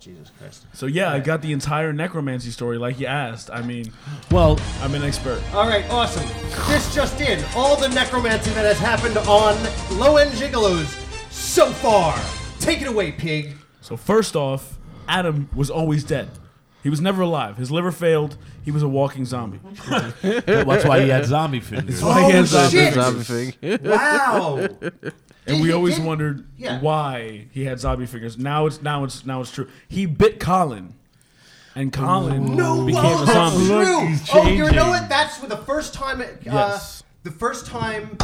Jesus Christ. So yeah, I got the entire necromancy story, like you asked. I mean, Well, I'm an expert. All right, awesome. This just in: all the necromancy that has happened on Low End Gigolos so far. Take it away, pig. So first off, Adam was always dead. He was never alive. His liver failed. He was a walking zombie. that's why he had zombie fingers. Oh, hands up. shit! Zombie thing. Wow. And we always Did- wondered Yeah. why he had zombie fingers. Now it's now it's now it's true. He bit Colin, and Colin No, became well, a that's zombie. Look, true. he's Oh, you know changing. what? That's for the first time. Uh, Yes. The first time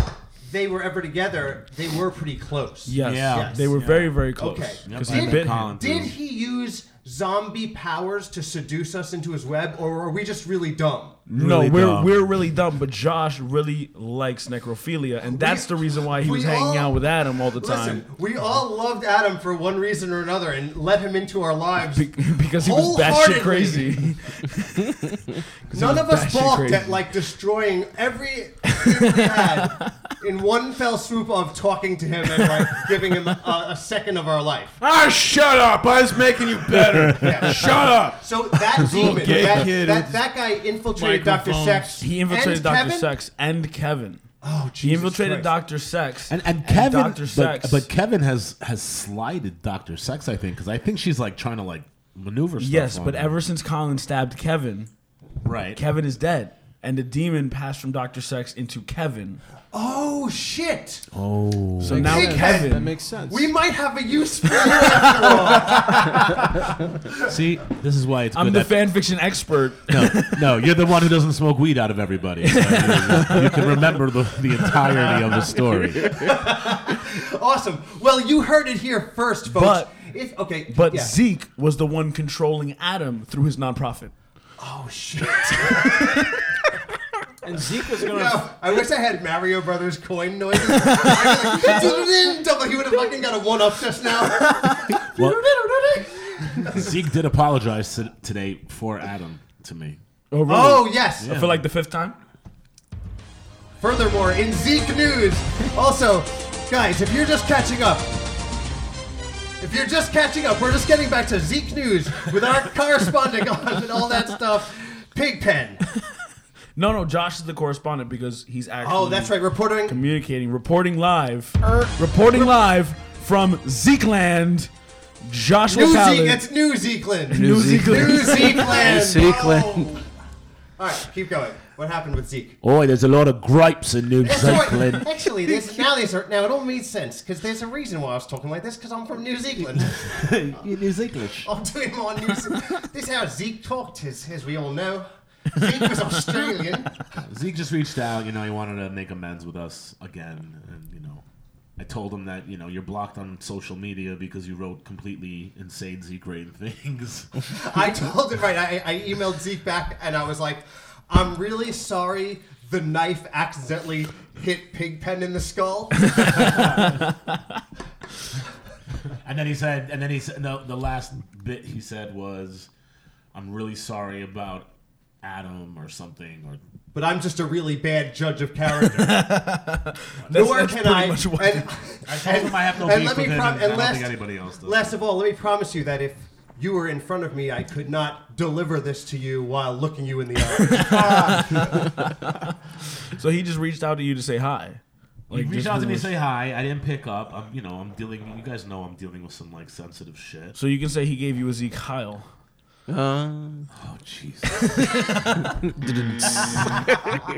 they were ever together, they were pretty close. Yes, Yeah. they were Yes. very very close. Okay. because Yep, I he bet bit Colin. Colin. Did he use zombie powers to seduce us into his web, or are we just really dumb? no, Really we're dumb. we're really dumb, but Josh really likes necrophilia, and that's the reason why he we was hanging all- out with Adam all the Listen, time we all loved Adam for one reason or another and let him into our lives. Be- because he was Wholeheartedly. batshit crazy. None of us batshit balked crazy. at like destroying every thing we had in one fell swoop of talking to him and like giving him a, a second of our life. Ah, shut up! I was making you better. Shut up. So that demon, gay that, kid that, with that guy infiltrated Dr. microphones. Sex. he infiltrated and Dr. Kevin? Sex and Kevin. Oh, He infiltrated Christ. Dr. Sex And, and Kevin, Dr. But, Sex. but Kevin has has slighted Doctor Sex, I think, because I think she's like trying to like maneuver. Stuff yes, on but him. ever since Colin stabbed Kevin, right, Kevin is dead. And the demon passed from Dr. Sex into Kevin. Oh, shit. So now sense. Kevin. That makes sense. We might have a use for you after all. See, this is why it's I'm good the that- fan fiction expert. No, no, you're the one who doesn't smoke weed out of everybody. So you can remember the, the entirety of the story. Awesome. Well, you heard it here first, folks. But- if, okay, But yeah. Zeke was the one controlling Adam through his nonprofit. oh shit! and Zeke was gonna. No, I wish I had Mario Brothers coin noises. I'd be like, "Dun-dun-dun," double. He would have fucking got a one up just now. Well, Zeke did apologize to, today for Adam to me. Oh, really? Oh yes. For like the fifth time? Furthermore, in Zeke news, also, guys, if you're just catching up, if you're just catching up, we're just getting back to Zeke news with our corresponding on and all that stuff. Pigpen. No, no, Josh is the correspondent because he's actually Oh, that's right. Er, Reporting. communicating, reporting live, reporting live from Zekeland, Joshua New Zeke. Palin. It's New Zekeland. New Zeke. New Zekeland. Zekeland. New Zekeland. Oh. All right, keep going. What happened with Zeke? Boy, there's a lot of gripes in New That's right. Actually, there's, now there's a, now it all makes sense because there's a reason why I was talking like this because I'm from New Zealand. New Zealand. I'm doing my New Zealand. This is how Zeke talked, as, as we all know. Zeke was Australian. Zeke just reached out. You know, he wanted to make amends with us again, and you know, I told him that you know you're blocked on social media because you wrote completely insane Zeke Rain things. I told him right. I, I emailed Zeke back and I was like, "I'm really sorry. The knife accidentally hit Pigpen in the skull." And then he said, and then he said, no, the last bit he said was, I'm really sorry about Adam or something. Or but I'm just a really bad judge of character. That's- Nor that's can pretty I. much what- and, I told him I have no and beef let with me him, prom- and I and don't last- think anybody else does. Last of all, let me promise you that if you were in front of me, I could not deliver this to you while looking you in the eye. So he just reached out to you to say hi. he reached just out to me to was- say hi. I didn't pick up. I'm, you know, I'm dealing. You guys know I'm dealing with some like sensitive shit. So you can say he gave you a Zeke Heil. Oh jeez.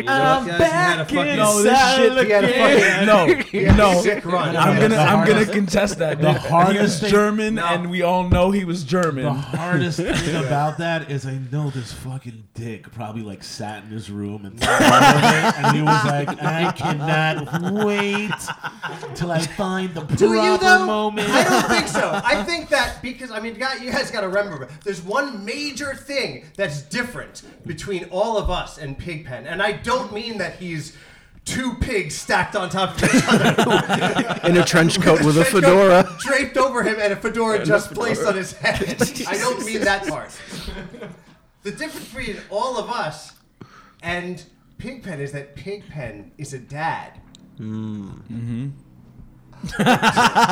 I'm back No, this shit. he had a fucking No, he had a no. sick run. I'm gonna, The I'm gonna hardest- contest that. the he hardest was thing- German, No. and we all know he was The German. hardest thing about that is I know this fucking dick probably like sat in his room and, thought about it, and he was like, I cannot wait till I find the Do you proper though? moment. I don't think so. I think that because I mean, God, you guys got to remember, there's one major thing that's different between all of us and Pigpen, and I don't mean that he's two pigs stacked on top of each other, in a trench coat with a trench coat fedora. draped over him, and a fedora just placed on his head. I don't mean that part. The difference between all of us and Pigpen is that Pigpen is a dad.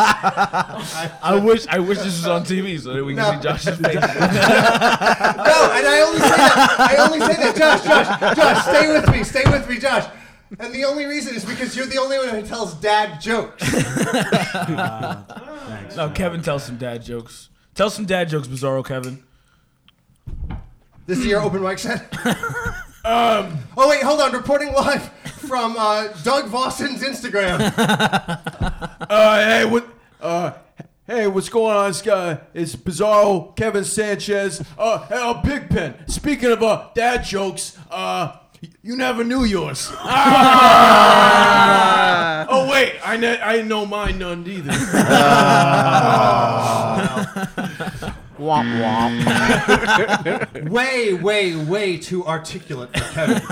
I wish I wish this was on TV so that we can No. see Josh's face. No, and I only say that. I only say that. Josh, Josh, Josh, stay with me. Stay with me, Josh. And the only reason is because you're the only one who tells dad jokes. Thanks. no, Kevin tells some dad jokes. Tell some dad jokes, Bizarro Kevin. This is your open mic set. um. Oh wait, hold on. Reporting live from uh, Doug Vawson's Instagram. Uh, hey, what? Uh, hey, what's going on? It's, uh, it's Bizarro Kevin Sanchez. Uh, hey, uh, Pigpen. Speaking of uh, dad jokes, uh, y- you never knew yours. Ah! oh wait, I ne- I didn't know mine none either. Ah. Way, way, way too articulate for Kevin.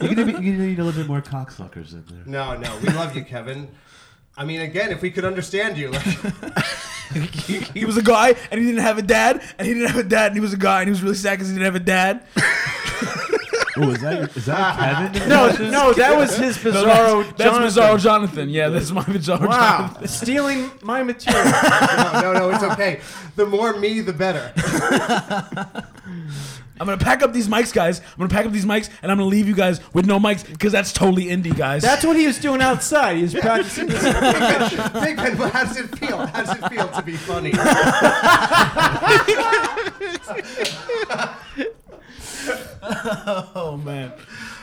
You're gonna, be, you're gonna need a little bit more cocksuckers in there. No, no, we love you, Kevin. I mean, again, if we could understand you, like, He was a guy and he didn't have a dad, and he didn't have a dad, and he was a guy and he was really sad because he didn't have a dad. Oh, is that is that Kevin? No, no, that was his bizarro. That's Jonathan. Bizarro Jonathan. Yeah, that's my Bizarro Wow, Jonathan. stealing my material. no, no, no, it's okay. The more me, the better. I'm gonna pack up these mics, guys. I'm gonna pack up these mics, and I'm gonna leave you guys with no mics because that's totally indie, guys. That's what he was doing outside. He was practicing. Big Ben, well, how does it feel? How does it feel to be funny? oh man,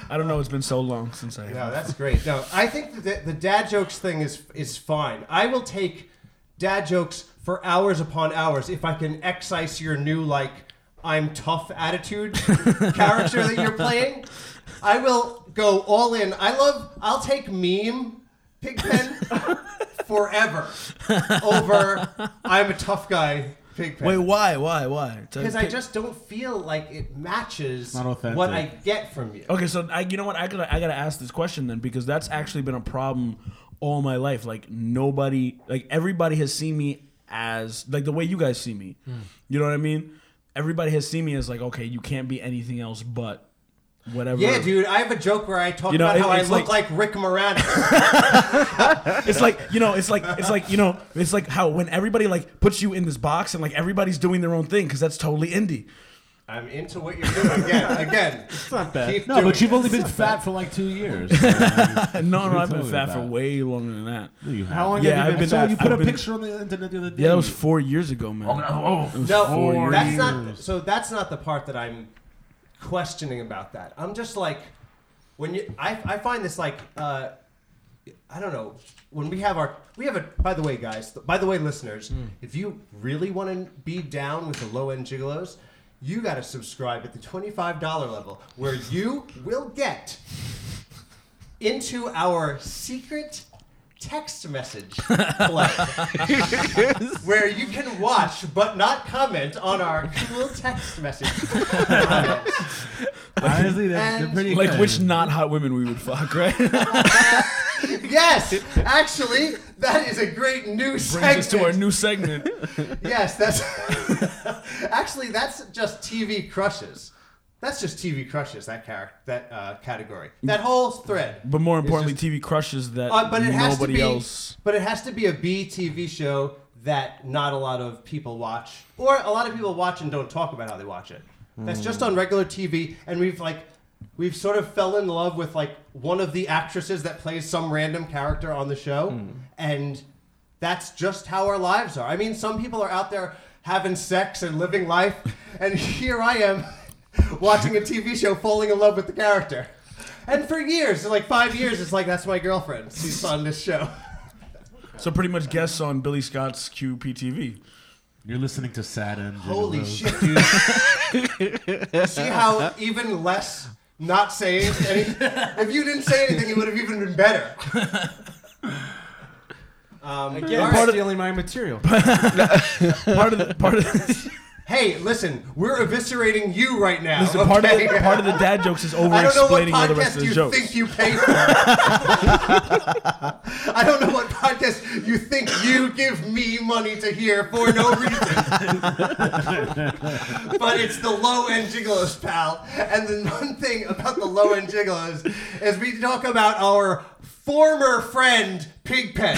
I don't know. It's been so long since I. No, that's great. No, I think that the dad jokes thing is is fine. I will take dad jokes for hours upon hours if I can excise your new like I'm tough attitude character that you're playing. I will go all in. I love. I'll take meme pigpen forever over I'm a tough guy pigpen. Wait, why, why, why? Tell- because I just don't feel like it matches Not authentic. what I get from you. Okay, so I, you know what? I gotta, I gotta ask this question then because that's actually been a problem all my life. Like nobody, like everybody has seen me as like the way you guys see me. You know what I mean? Everybody has seen me as like, okay, you can't be anything else but whatever. Yeah, dude, I have a joke where I talk You know, about it- how I it's look like, Rick Moranis. It's like you know, it's like it's like you know, it's like how when everybody like puts you in this box and like everybody's doing their own thing because that's totally indie. I'm into what you're doing again. Again, It's not bad. keep No, doing but you've it. only been fat for like two years. So, I mean, No, you're no, I've been totally fat for fat. way longer than that. you How have. long Yeah, have you I've been been- So fat? you put I've a been- picture on the internet the other day. Yeah, that was four years ago, man. Oh, no. Oh, four That's not so. That's not the part that I'm questioning about. That I'm just like when you. I I find this like uh, I don't know when we have our we have a. By the way, guys. By the way, listeners, if you really want to be down with the low end gigolos. You got to subscribe at the $25 level where you will get into our secret text message play where you can watch but not comment on our cool text message. comments. Honestly, they're, they're And- pretty Like good. which not hot women we would fuck, right? yes, actually, that is a great new Brings segment. us to our new segment. yes, that's actually that's just TV crushes. That's just TV crushes. That character, that uh, category, that whole thread. But more It's importantly, just- TV crushes that Uh, but it has to nobody be. else. But it has to be a B TV show that not a lot of people watch, or a lot of people watch and don't talk about how they watch it. That's just on regular TV, and we've like, we've sort of fell in love with like one of the actresses that plays some random character on the show, and that's just how our lives are. I mean, some people are out there having sex and living life, and here I am watching a TV show, falling in love with the character. And for years, like five years, it's like that's my girlfriend. She's on this show. So pretty much guests on Billy Scott's QPTV. You're listening to Sad End. Holy shit, dude. See how even less not saying anything? If you didn't say anything, it would have even been better. Um, all Again, right. stealing my material. Part of the part of the, Hey, listen, we're eviscerating you right now. listen, part of the, okay? part of the dad jokes is over I don't know what explaining all the rest podcast of the you jokes. think you pay for. I don't know what podcast you think you give me money to hear for no reason. but it's the low end gigolos, pal. And the one thing about the low end gigolos is we talk about our former friend Pigpen,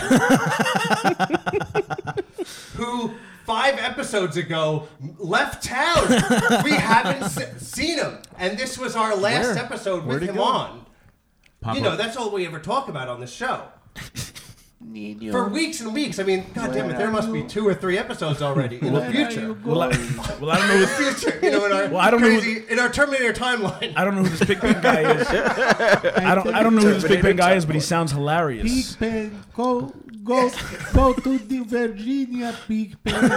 who five episodes ago left town. We haven't se- seen him, and this was our last Where? episode Where'd with he him go? on. Uh-huh. Pop you know, up. that's all we ever talk about on the show. For weeks and weeks. I mean, God damn it, there must be two or three episodes already in the future. Well, I, well, I don't know. Who, Future, you know, in our Well, I don't know crazy, in our Terminator timeline. I don't know who this Big Pen guy is. I don't. I don't know who this Big Pen guy is, but he sounds hilarious. Big Ben, go, go, go to the Virginia, Big Ben. oh,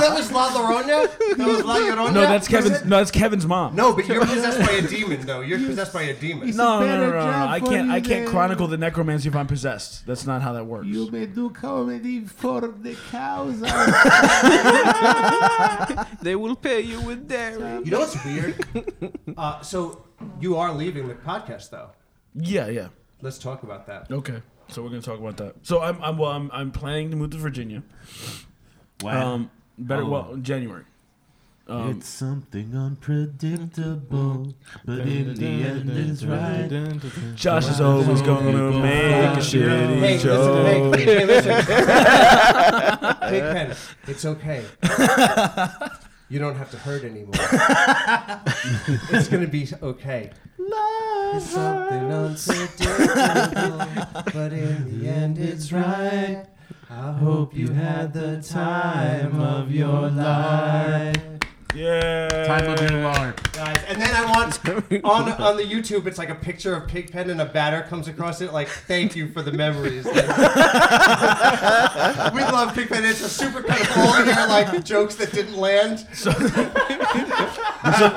that was La Llorona. That was La Llorona. No, that's Was Kevin's. it? No, that's Kevin's mom. No, but you're possessed by a demon, though. You're possessed by a demon. No, no, no, no, better no, no. job I for can't. you I can't than- chronicle the necromancy if I'm possessed. That's not how that works. You may do comedy for the cows. They will pay you with dairy. You know what's weird? Uh, so you are leaving the podcast, though. Yeah, yeah. Let's talk about that. Okay. So we're gonna talk about that. So I'm. I'm. Well, I'm. I'm planning to move to Virginia. Um. Better. Oh. Well, January. Um, it's something unpredictable, but in the end, it's right. Josh is always gonna make a shitty Hey, listen, joke. hey, hey, listen. Big Pen, it's okay. You don't have to hurt anymore. it's gonna be okay. Love it's something unpredictable, but in the end, it's right. I hope you had the time of your life, Yeah. guys. And then I want on on the YouTube, it's like a picture of Pigpen and a batter comes across it, like "Thank you for the memories." we love Pigpen. It's a super cut of all your like jokes that didn't land. So, so,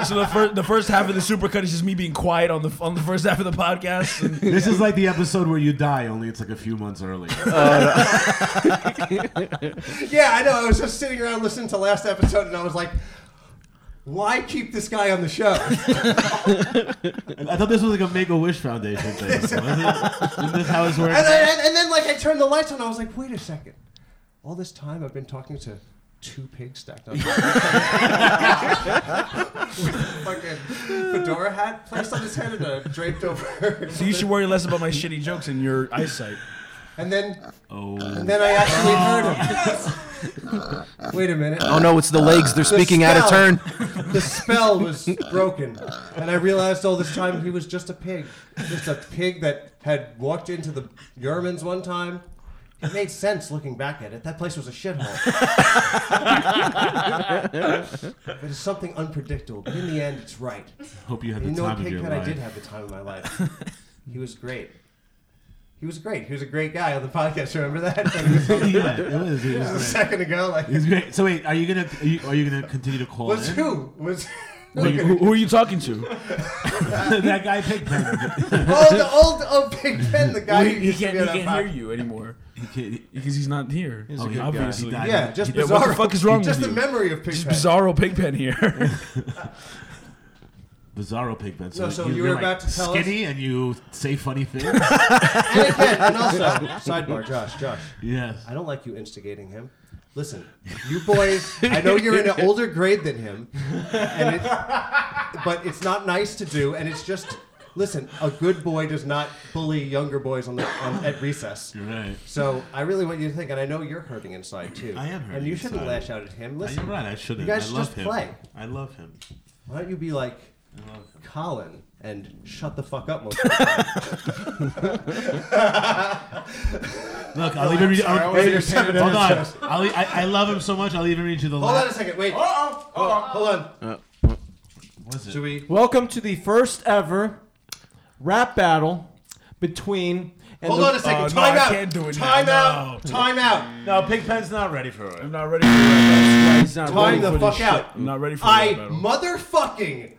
so the first the first half of the supercut is just me being quiet on the on the first half of the podcast. And This is like the episode where you die, only it's like a few months earlier. Yeah, I know. I was just sitting around listening to last episode, and I was like, "Why keep this guy on the show?" I thought this was like a Make a Wish Foundation thing. Isn't this how it's And, working? I, and, and then like I turned the lights on, and I was like, "Wait a second! All this time I've been talking to two pigs stacked on top of each other. with a fucking fedora hat placed on his head and a draped over." so you should worry less about my shitty jokes and your eyesight. And then Oh, and then I actually heard him. Wait a minute. Oh no, it's the legs. They're speaking out of spell. turn. The spell was broken, and I realized all this time he was just a pig, just a pig that had walked into the Yermans one time. It made sense looking back at it. That place was a shithole. it is something unpredictable, but in the end, it's right. hope you had You the know, what, time of pig your pen, I did life. have the time of my life. He was great. He was great. He was a great guy on the podcast. Remember that? When he was on the- Yeah, it was. It a was great. second ago, like It was great. So wait, are you gonna are you, are you gonna continue to call was in? who was. Like, who, who are you talking to? that guy Pigpen. Oh, the old old Big Ben, the guy Well, he, who he used can't, to he be on can't our hear you anymore He can't- because he's not here. a good guy. obviously. He died. Yeah, just Yeah, bizarro. what the fuck is wrong Just with the you? memory of Pig Just Ben. bizarro pigpen here. Bizarro Pigpen. So, No, so you, you are were about to tell us- skinny and you say funny things. And again, and also, sidebar, Josh, Josh, yes. I don't like you instigating him. Listen, you boys, I know you're in an older grade than him, and it, but it's not nice to do, and it's just. Listen, a good boy does not bully younger boys on the on, at recess. You're right. So I really want you to think, and I know you're hurting inside too. I am And hurting you shouldn't inside. lash out at him. You're Listen, right. I shouldn't. You guys I love just him. play. I love him. why don't you be like I love him. Colin and shut the fuck up most of the time. Look, I'll even read. I'll, wasn't wait, your seven hold on. episodes. I'll, e- I, I love him so much. I'll even read you the Hold on a last. second. Wait. Oh, hold on. Was it? Should we? Welcome to the first ever rap battle between. and Hold the- on a second. Oh, no, time I out. can't do it now. time out. No. Time out. No, Pigpen's not ready for it. I'm not ready for that. He's not Time ready the for fuck this shit. out. I'm not ready for I that battle. motherfucking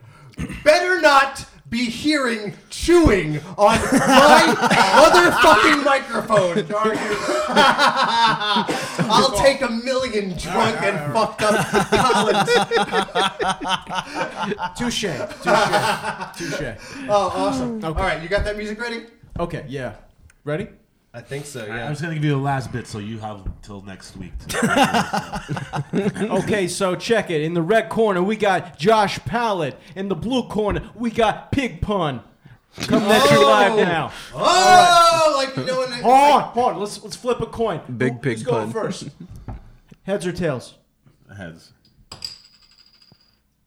better not be hearing chewing on my motherfucking microphone. I'll take a million drunk and fucked up Collins. Touche. Touche. Touche. Oh, awesome. All right, you got that music ready? Okay, yeah. Ready? I think so. I'm Yeah. just gonna give you the last bit, so you have till next week. To Okay, so check it. In the red corner, we got Josh Pallet. In the blue corner, we got Pig Pun. Come next Oh. live now. Oh, like you know when they- Hold on, hold on. Let's let's flip a coin. Big Who- pig who's going pun. first? Heads or tails? Heads.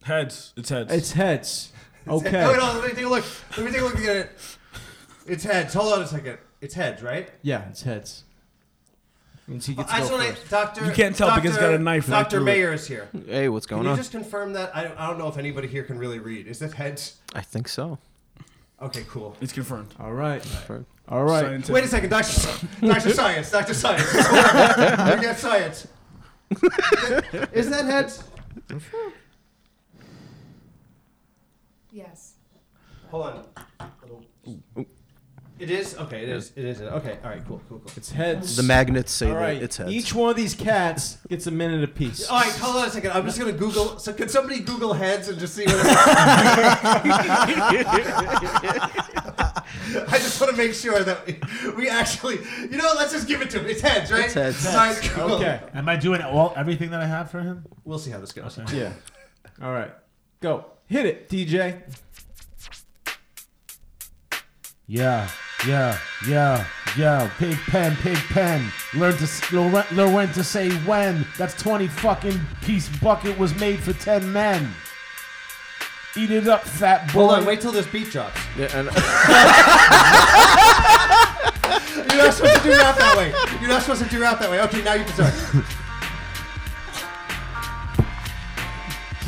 Heads. It's heads. It's heads. Oh, wait, Okay. hold on, let me take a look. Let me take a look at it. It's heads. Hold on a second. It's heads, right? Yeah, it's heads. Means he gets I to just go want first. to, Doctor. You can't tell because it's got a knife right Doctor through it. Mayer is here. Hey, what's Can going you on? just confirm that? I don't, I don't know if anybody here can really read. Is that heads? I think so. Okay, cool. It's confirmed. All right. All right. Scientific. Wait a second, Doctor. Doctor Science. Doctor Science. we got science. Is that heads? Yes. Hold on. It is okay. It is. It is. Okay. All right. Cool. Cool. Cool. It's heads. The magnets say All right. that it's heads. Each one of these cats gets a minute apiece. All right, hold on a second. I'm just gonna Google. So, could somebody Google heads and just see what? It I just want to make sure that we, we actually, you know, let's just give it to him. It's heads, right? It's heads. All right, cool. Okay. Am I doing all everything that I have for him? We'll see how this goes. Yeah. All right. Go. Hit it, DJ. Yeah, yeah, yeah, yeah. Pig pen, pig pen. Learn to s- learn learn when to say when. That's twenty fucking piece bucket was made for ten men. Eat it up, fat boy. Hold on. Wait till this beat drops. Yeah, and- You're not supposed to do rap that way. You're not supposed to do rap that way. Okay, now you can start.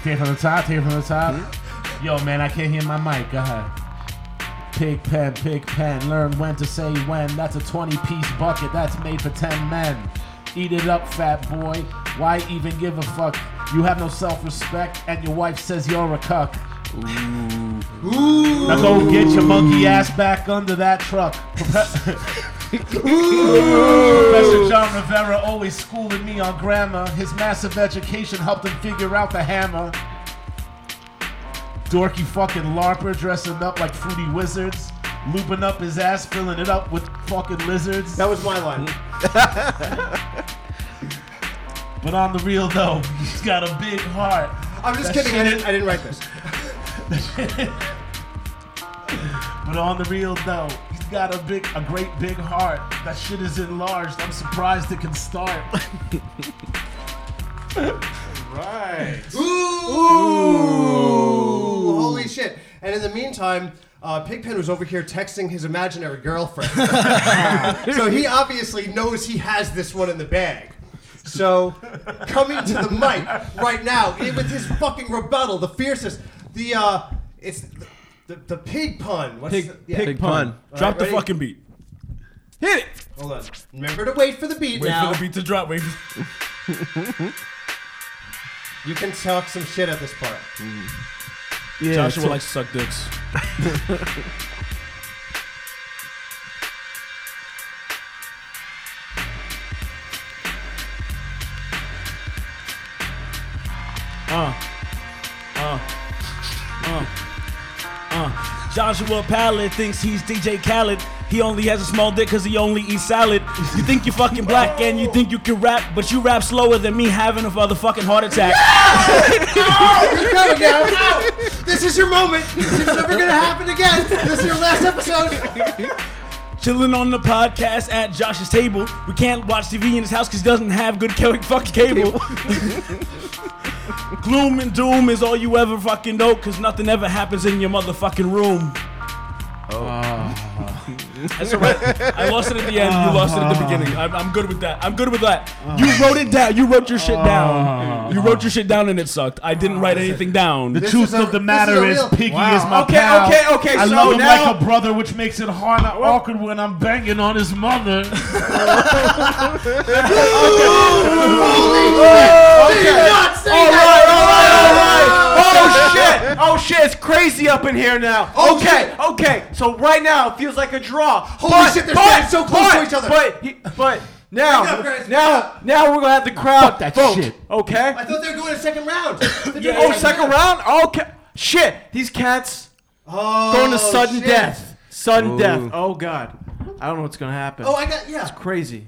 Take it from the top. Take it from the top. Yo, man, I can't hear my mic. Go ahead. Pig pen, pig pen. Learn when to say when. That's a 20 piece bucket. That's made for 10 men. Eat it up, fat boy. Why even give a fuck? You have no self respect, and your wife says you're a cuck. Ooh. Now go get your monkey ass back under that truck. Professor John Rivera always schooling me on grammar. His massive education helped him figure out the hammer. Dorky fucking LARPer dressing up like fruity wizards, looping up his ass, filling it up with fucking lizards. That was my line. But on the real though, he's got a big heart. I'm just That kidding. I shit- didn't, I didn't write this. But on the real though, he's got a big, a great big heart. That shit is enlarged. I'm surprised it can start. Ooh. Holy shit. And in the meantime, uh, Pigpen was over here texting his imaginary girlfriend. so he obviously knows he has this one in the bag. So coming to the mic right now it- with his fucking rebuttal, the fiercest, the, uh, it's the, the, the pig pun. What's Pig, the, yeah. pig, Big pun. pun. All right, Drop the ready? fucking beat. Hit it. Hold on. Remember to wait for the beat Wait now. for the beat to drop. Wait. For... You can talk some shit at this part. Yeah, Joshua so- likes to suck dicks. Uh, Uh, Joshua Pallet thinks he's DJ Khaled. He only has a small dick because he only eats salad. You think you're fucking black and you think you can rap, but you rap slower than me having a motherfucking heart attack. Go now. Ow. This is your moment. It's never gonna happen again. This is your last episode. Chilling on the podcast at Josh's table. We can't watch TV in his house because he doesn't have good ca- fucking cable. Gloom and doom is all you ever fucking know because nothing ever happens in your motherfucking room. Oh. That's all right. I lost it at the end. You lost it at the beginning. I'm, I'm good with that. I'm good with that. Oh. You wrote it down. You wrote your shit down. You wrote your shit down and it sucked. I didn't write anything down. The truth is a- of the this is matter a is, real- Piggy Wow. is my Okay, pal. okay, okay, I so love him now- like a brother, which makes it hard and awkward when I'm banging on his mother. Not say All right, all that. right, all right, all right. Oh shit! Oh shit! It's crazy up in here now. Okay, okay. So right now it feels like a draw. Holy shit, they're standing so close to each other. But he- but Hang now on, guys. now now we're gonna have the crowd Fuck that vote. shit. Okay. I thought they were going to second round. Yeah, Oh, second round. Okay. Shit. These cats Oh, going to sudden shit. death. Sudden Ooh. death. Oh god. I don't know what's gonna happen. Oh, I got yeah. crazy.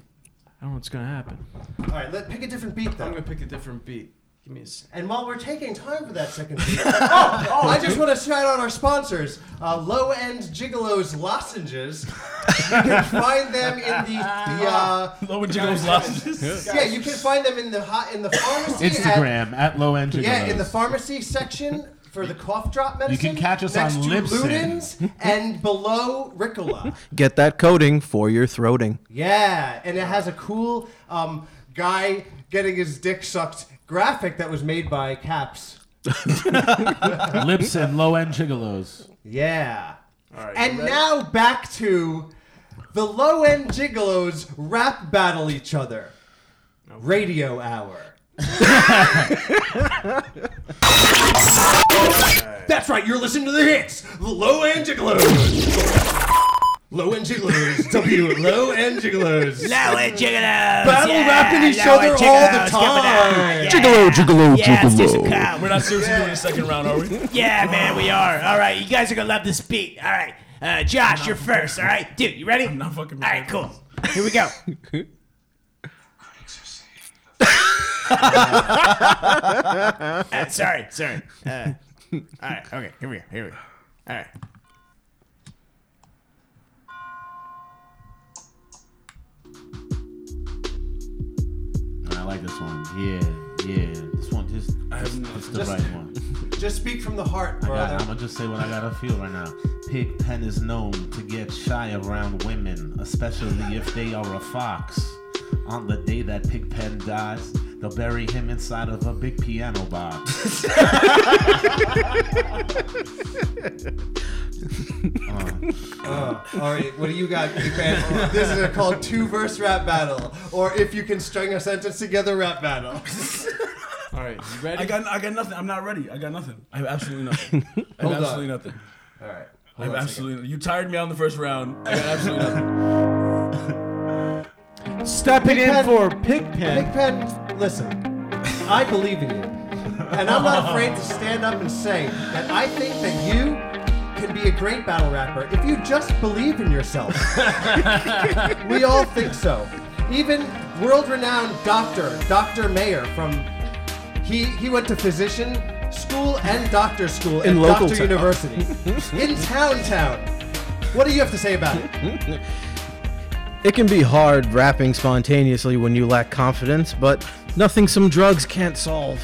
I don't know what's gonna happen. All right, let pick a different beat I'm then. gonna pick a different beat. Give me a s- And while we're taking time for that second, oh, oh, I just want to shout out our sponsors, uh, Low End Gigolos Lozenges. You can find them in the, the uh, Low and Jiggles lozenges. yeah, you can find them in the hot in the pharmacy. at- Instagram at low end. yeah, in the Gigolos. pharmacy section for the cough drop medicine. can catch us next on to Libsyn. Luden's and below Ricola. Get that coating for your throating. Yeah, and it has a cool um, guy getting his dick sucked graphic that was made by Caps. lips and low end gigolos. Yeah. and now back to the low end gigolos rap battle each other. Radio hour. That's right, you're listening to the hits. The low end gigolos. Low end gigolos. W. Low end gigolos. Low end gigolos. Battle rapping each other all the time. Gigolo, gigolo, gigolo. We're not seriously doing a second round, are we? Yeah, man, we are. All right, you guys are gonna love this beat. All right, uh, Josh, you're first. All right, dude, you ready? not fucking All right, cool. Here we go. Uh, sorry, sorry. Uh, all right, okay, here we go. Here we go. All right. I like this one. Yeah, yeah. This one just, just, just the Just- right one. Just speak from the heart, I brother. got, I'm gonna just say what I gotta feel right now. Pigpen is known to get shy around women, especially if they are a fox. On the day that Pigpen dies, they'll bury him inside of a big piano box. Oh, All right, what do you got, Big Fan? this is a called two verse rap battle, or if you can string a sentence together, rap battle. All right, you ready? I got, I got nothing. I'm not ready. I got nothing. I have absolutely nothing. I have on. absolutely nothing. All right. I have absolutely. You tired me out in the first round. I got absolutely nothing. Stepping in Pigpen. for Pigpen. Big Pen, listen, I believe in you, and I'm not afraid to stand up and say that I think that you can be a great battle rapper if you just believe in yourself. we all think so. Even world-renowned doctor, Dr. Mayer from He he went to physician school and doctor school and local doctor town. university in town town. What do you have to say about it? It can be hard rapping spontaneously when you lack confidence, but nothing some drugs can't solve.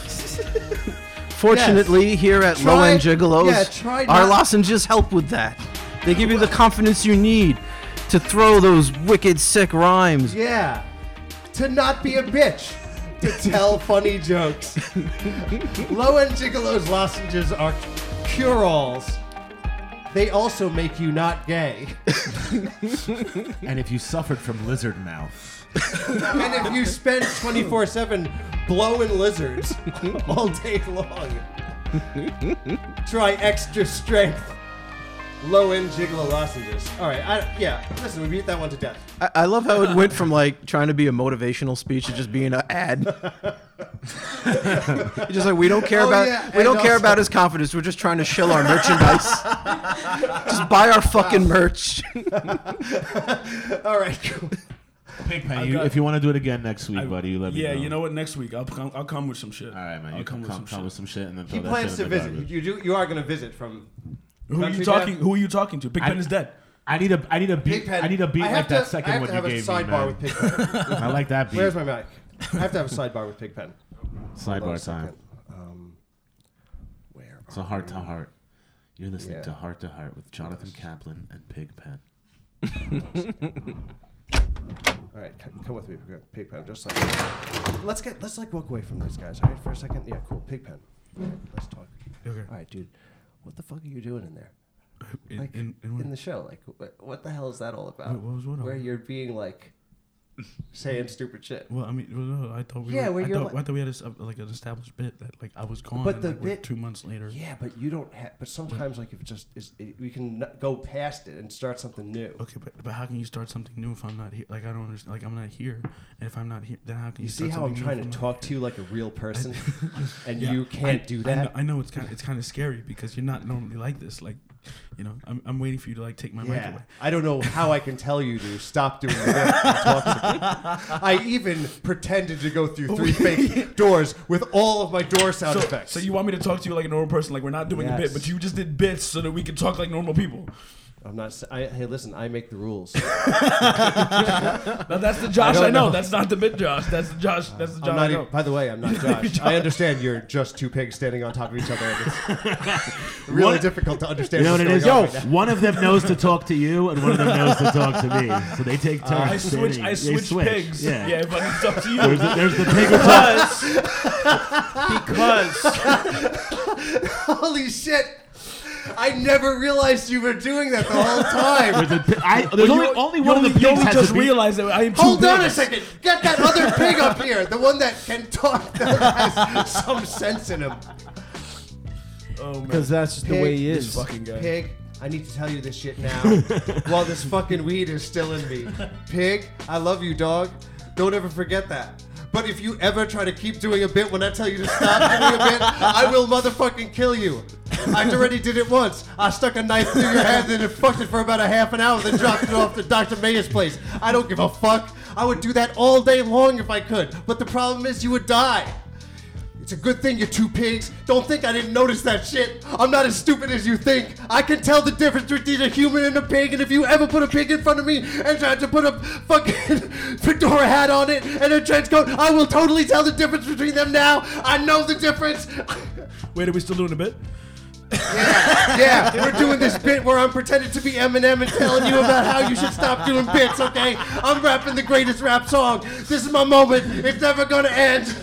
Fortunately, here at Try- Low End Gigolos, yeah, try our not- lozenges help with that. They give you the confidence you need to throw those wicked, sick rhymes. Yeah, to not be a bitch, to tell funny jokes. Low end gigolos lozenges are cure-alls. They also make you not gay. and if you suffered from lizard mouth, and if you spend 24/7 blowing lizards all day long, try extra strength. Low end gigolo lozenges. All right, I, yeah. Listen, we beat that one to death. I, I love how it went from like trying to be a motivational speech to just being an ad. You're just like we don't care Oh, about yeah, we don't and care also- about his confidence. We're just trying to shill our merchandise. just buy our fucking merch. All right, cool. Pigpen, you, got- if you want to do it again next week, buddy, you let me yeah, know. you know what? Next week, I'll come. I'll come with some shit. All right, man. I'll You come, come, with some come, shit. with some shit and then He throw that plans shit to in the visit. garbage. You do. You are going to visit from Who are you Country talking? Dad? Who are you talking to? Big I- Ben is dead. I need a I need a beat Pigpen. I need a beat I like have that to- second I have one to have you a gave me. sidebar Man. with Pigpen. I like that beat. Where's my mic? I have to have a sidebar with Pigpen. Hold on a Sidebar second. Um, time. It's a heart to heart. You're listening Yeah. to Heart to Heart with Jonathan Kaplan and Pigpen. All right, c- come with me, Pig- Pigpen. Just like let's get let's like walk away from those guys, all right, for a second. Yeah, cool. Pigpen, All right, let's talk. Okay. All right, dude. What the fuck are you doing in there? Like in, the show, like what, what the hell is that all about? what was what Where about? you're being like saying stupid shit. Well, I mean, well, no, I thought we. Yeah, were, well, I you're thought, like- I thought we had a s like an established bit that like I was gone. But and, the like, we're bit- two months later. Yeah, but you don't have. But sometimes, like, if it just is, it, we can n- go past it and start something new. Okay, but, but how can you start something new if I'm not here? Like I don't understand. Like I'm not here, and if I'm not here, then how can you? You see start how I'm something new trying if to not talk here? to you like a real person, and Yeah, you can't I- do I know, that. I know it's kind. Of, it's kind of scary because you're not normally like this. Like You know, I'm, I'm waiting for you to like take my mic Yeah. away. I don't know how I can tell you to stop doing that. I even pretended to go through three fake doors with all of my door sound effects. So you want me to talk to you like a normal person, like we're not doing a bit, Yes. but you just did bits so that we could talk like normal people. I'm not. s- I, hey, listen. I make the rules. Now, that's the Josh don't I, know. know. That's not the bit Josh. That's the Josh. That's the Josh. I'm I not. know. Even, by the way, I'm not Josh. I understand you're just two pigs standing on top of each other. and It's really What- difficult to You understand. know what what's it is? going Yo, on right now. one of them knows to talk to you, and one of them knows to talk to me. So they take turns. I switch. I standing. They switch pigs. Yeah, Yeah. yeah but it's up to you. There's, the, there's the pig who talks. because because Holy shit! I never realized you were doing that the whole time. There's, a pi- I, there's only, only you one only, of the you pigs only has just to be- realized that I am. Hold two on a pigs. second. Get that other pig up here. The one that can talk. That has some sense in him. Oh man. because that's just the way he is. fucking guy. Pig, I need to tell you this shit now while this fucking weed is still in me. Pig, I love you, dog. Don't ever forget that. But if you ever try to keep doing a bit when I tell you to stop doing a bit, I will motherfucking kill you. I already did it once. I stuck a knife through your head and it fucked it for about a half an hour, then dropped it off to Dr. Mayer's place. I don't give a fuck. I would do that all day long if I could. But the problem is, you would die. It's a good thing you're two pigs. Don't think I didn't notice that shit. I'm not as stupid as you think. I can tell the difference between a human and a pig, and if you ever put a pig in front of me and tried to put a fucking fedora hat on it and a trench coat, I will totally tell the difference between them now. I know the difference. Wait, are we still doing a bit? yeah, we're doing this bit where I'm pretending to be Eminem and telling you about how you should stop doing bits, okay? I'm rapping the greatest rap song. This is my moment. It's never gonna end.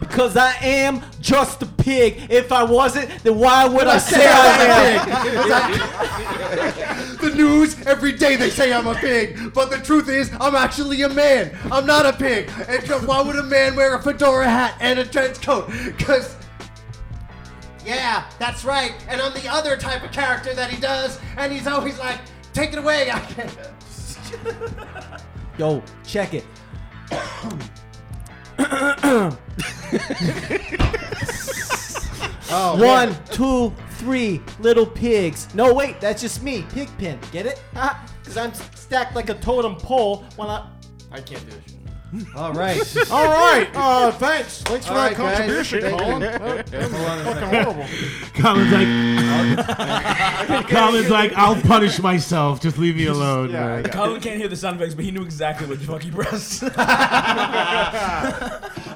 Because I am just a pig. If I wasn't, then why would I say I am? I am. the news every day they say I'm a pig, but the truth is I'm actually a man. I'm not a pig. And so why would a man wear a fedora hat and a trench coat? Because yeah, that's right. And I'm the other type of character that he does, and he's always like, "Take it away." I can't. Yo, check it. Oh, One, two, three little pigs. No, wait, that's just me. Pigpen. Get it? Because Uh-huh. I'm s- stacked like a totem pole when I. I can't do this. All right. All right. Uh, thanks. Thanks All right, guys. Colin's like, Colin's like, I'll punish myself. Just leave me alone. man." Colin can't hear the sound effects, but he knew exactly what the fuck he pressed.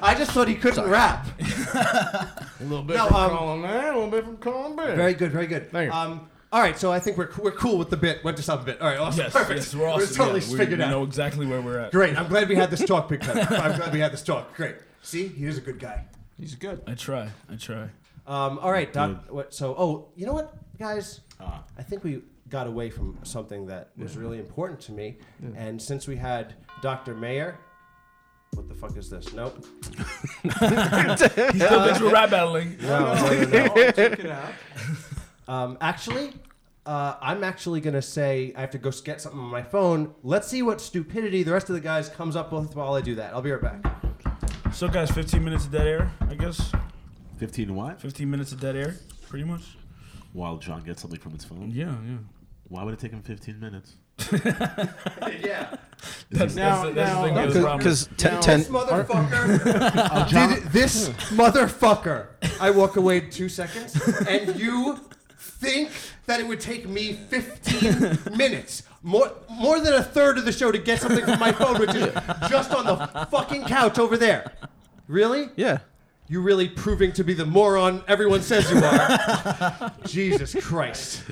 I just thought he couldn't rap. A little bit No, from um, Colin there, a little bit from Colin there. Very good, very good. Thank you. Um, all right, so I think we're we're cool with the bit. Went to some bit. All right, awesome. yes, Perfect. yes, we're awesome. totally yeah, we- figured we out. know exactly where we're at. Great. I'm glad we had this talk, Big Pepper. I'm glad we had this talk. Great. See, here's a good guy. He's good. I try. I try. Um, all right, Doc. What, so, oh, you know what, guys? I think we got away from something that was really important to me. And since we had Dr. Mayer, what the fuck is this? Nope. He still thinks we're rap battling. No, no, no, no. Check it out. Um, actually, uh, I'm actually gonna say I have to go s- get something on my phone. Let's see what stupidity the rest of the guys comes up with while I do that. I'll be right back. So, guys, 15 minutes of dead air, I guess. 15 what? 15 minutes of dead air, pretty much. While John gets something from his phone. Yeah, yeah. Why would it take him 15 minutes? yeah. That's, Now- that's, the- that's now- the thing. that's the problem. Because ten, ten, This motherfucker did it- this motherfucker. I walk away two seconds, and you think that it would take me 15 minutes, more more than a third of the show, to get something from my phone, which is just on the fucking couch over there. Really? yeah. You really proving to be the moron everyone says you are. Jesus Christ.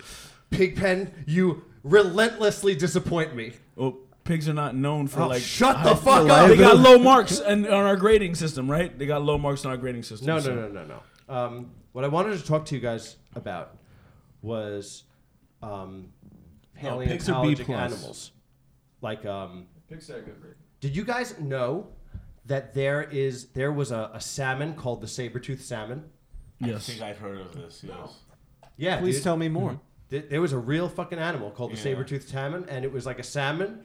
Pigpen, you relentlessly disappoint me. Well, pigs are not known for Oh, like. shut the fuck up. They got low marks and on our grading system, right? They got low marks on our grading system. No, so- no, no, no, no. Um, what I wanted to talk to you guys about was um, pigs are B paleontologic plus. animals. Like, um, Pigs are good, Rick. did you guys know that there is there was a, a salmon called the saber-toothed salmon? Yes. I've heard of this, yes. Yeah, Please dude. tell me more. Th- there was a real fucking animal called the saber-toothed salmon, and it was like a salmon,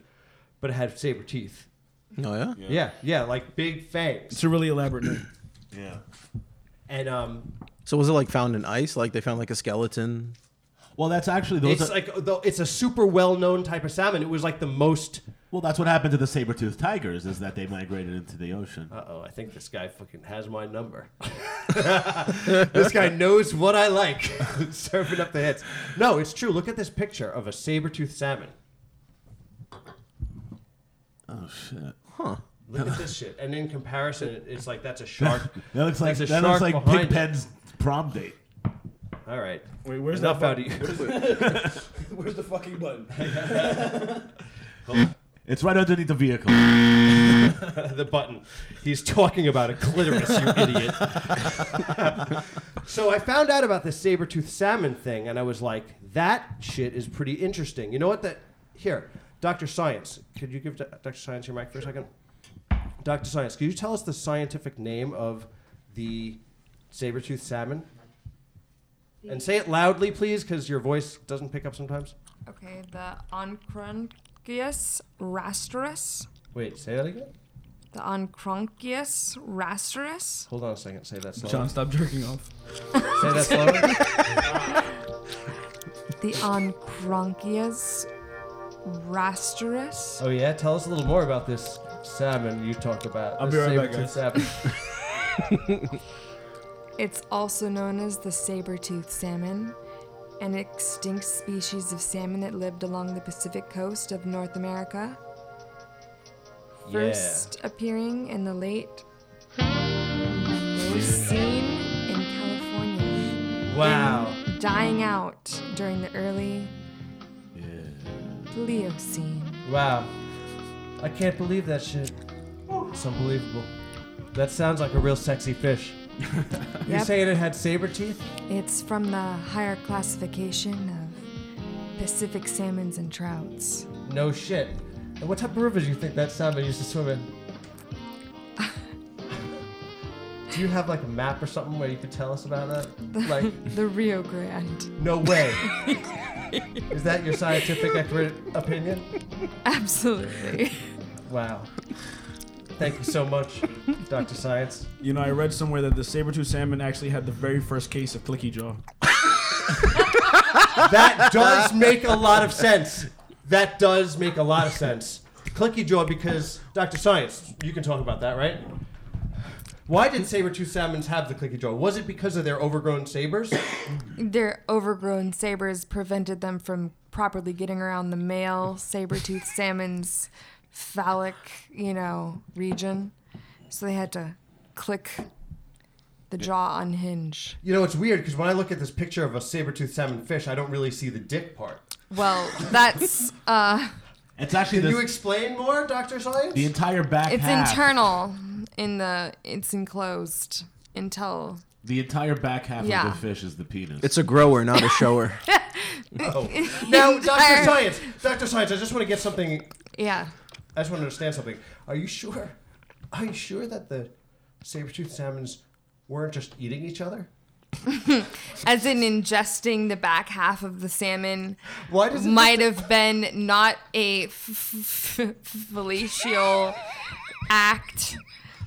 but it had saber teeth. Oh yeah. Yeah, yeah, like big fangs. It's a really elaborate name. Yeah. And um, So was it like found in ice? Like they found like a skeleton? Well, that's actually those. It's are- like though it's a super well-known type of salmon. It was like the most. well, that's what happened to the saber-toothed tigers is that they migrated into the ocean. Uh oh, I think this guy fucking has my number. this guy knows what I like. Serving up the hits. No, it's true. Look at this picture of a saber-toothed salmon. oh shit! Look at this shit. And in comparison, it- it's like that's a shark. That looks like There's a that looks shark like behind it. Pigpen's prom date. All right. Wait, where's Enough out that? of you. Where's the fucking button? It's right underneath the vehicle. the button. He's talking about a clitoris, you idiot. so I found out about this saber-toothed salmon thing, and I was like, that shit is pretty interesting. You know what? That here, Doctor Science. Could you give Doctor Science your mic for a second? Doctor Science, could you tell us the scientific name of the saber-toothed salmon? And say it loudly, please, because your voice doesn't pick up sometimes. Okay, the Oncronchius rasterus. Wait, say that again. The Oncronchius rasterus. Hold on a second. Say that slower. John, stop jerking off. Say that slower. The Oncronchius rasterus. Oh yeah, tell us a little more about this salmon you talked about. I'll this be right back, saber-toothed Salmon. It's also known as the saber-toothed salmon, an extinct species of salmon that lived along the Pacific coast of North America, first appearing in the late Miocene in California, yeah. Wow. dying out during the early Pliocene. Wow. I can't believe that shit. It's unbelievable. That sounds like a real sexy fish. You're Yep. saying it had saber teeth? It's from the higher classification of Pacific salmons and trouts. No shit. And what type of rivers do you think that salmon used to swim in? Do you have like a map or something where you could tell us about that? Like, The Rio Grande. no way. Is that your scientific accurate opinion? Absolutely. Wow. Thank you so much, Dr. Science. You know, I read somewhere that the saber-tooth salmon actually had the very first case of clicky jaw. That does make a lot of sense. That does make a lot of sense. Clicky jaw because Dr. Science, you can talk about that, right? Why did saber-tooth salmons have the clicky jaw? Was it because of their overgrown sabers? Their overgrown sabers prevented them from properly getting around the male saber-toothed salmon's phallic, you know, region. So they had to click the jaw unhinge. You know, it's weird because when I look at this picture of a saber-toothed salmon fish, I don't really see the dick part. Well, that's uh It's actually Can this, you explain more, Dr. Science? the entire back it's half. internal in the it's enclosed until The entire back half Yeah. of the fish is the penis. It's a grower, not a shower. Oh. Now, Dr. Entire- Science, Dr. Science, I just want to get something yeah. I just want to understand something. Are you sure? Are you sure that the saber-toothed salmons weren't just eating each other? As in ingesting the back half of the salmon Why does it might have been not a f- f- fellatio act,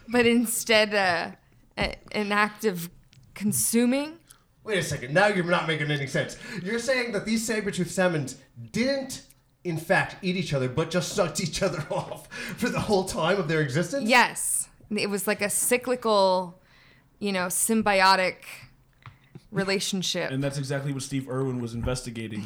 but instead a, a- an act of consuming. Wait a second. Now you're not making any sense. You're saying that these saber-toothed salmons didn't, in fact, eat each other, but just sucked each other off for the whole time of their existence. Yes, it was like a cyclical, you know, symbiotic relationship. And that's exactly what Steve Irwin was investigating.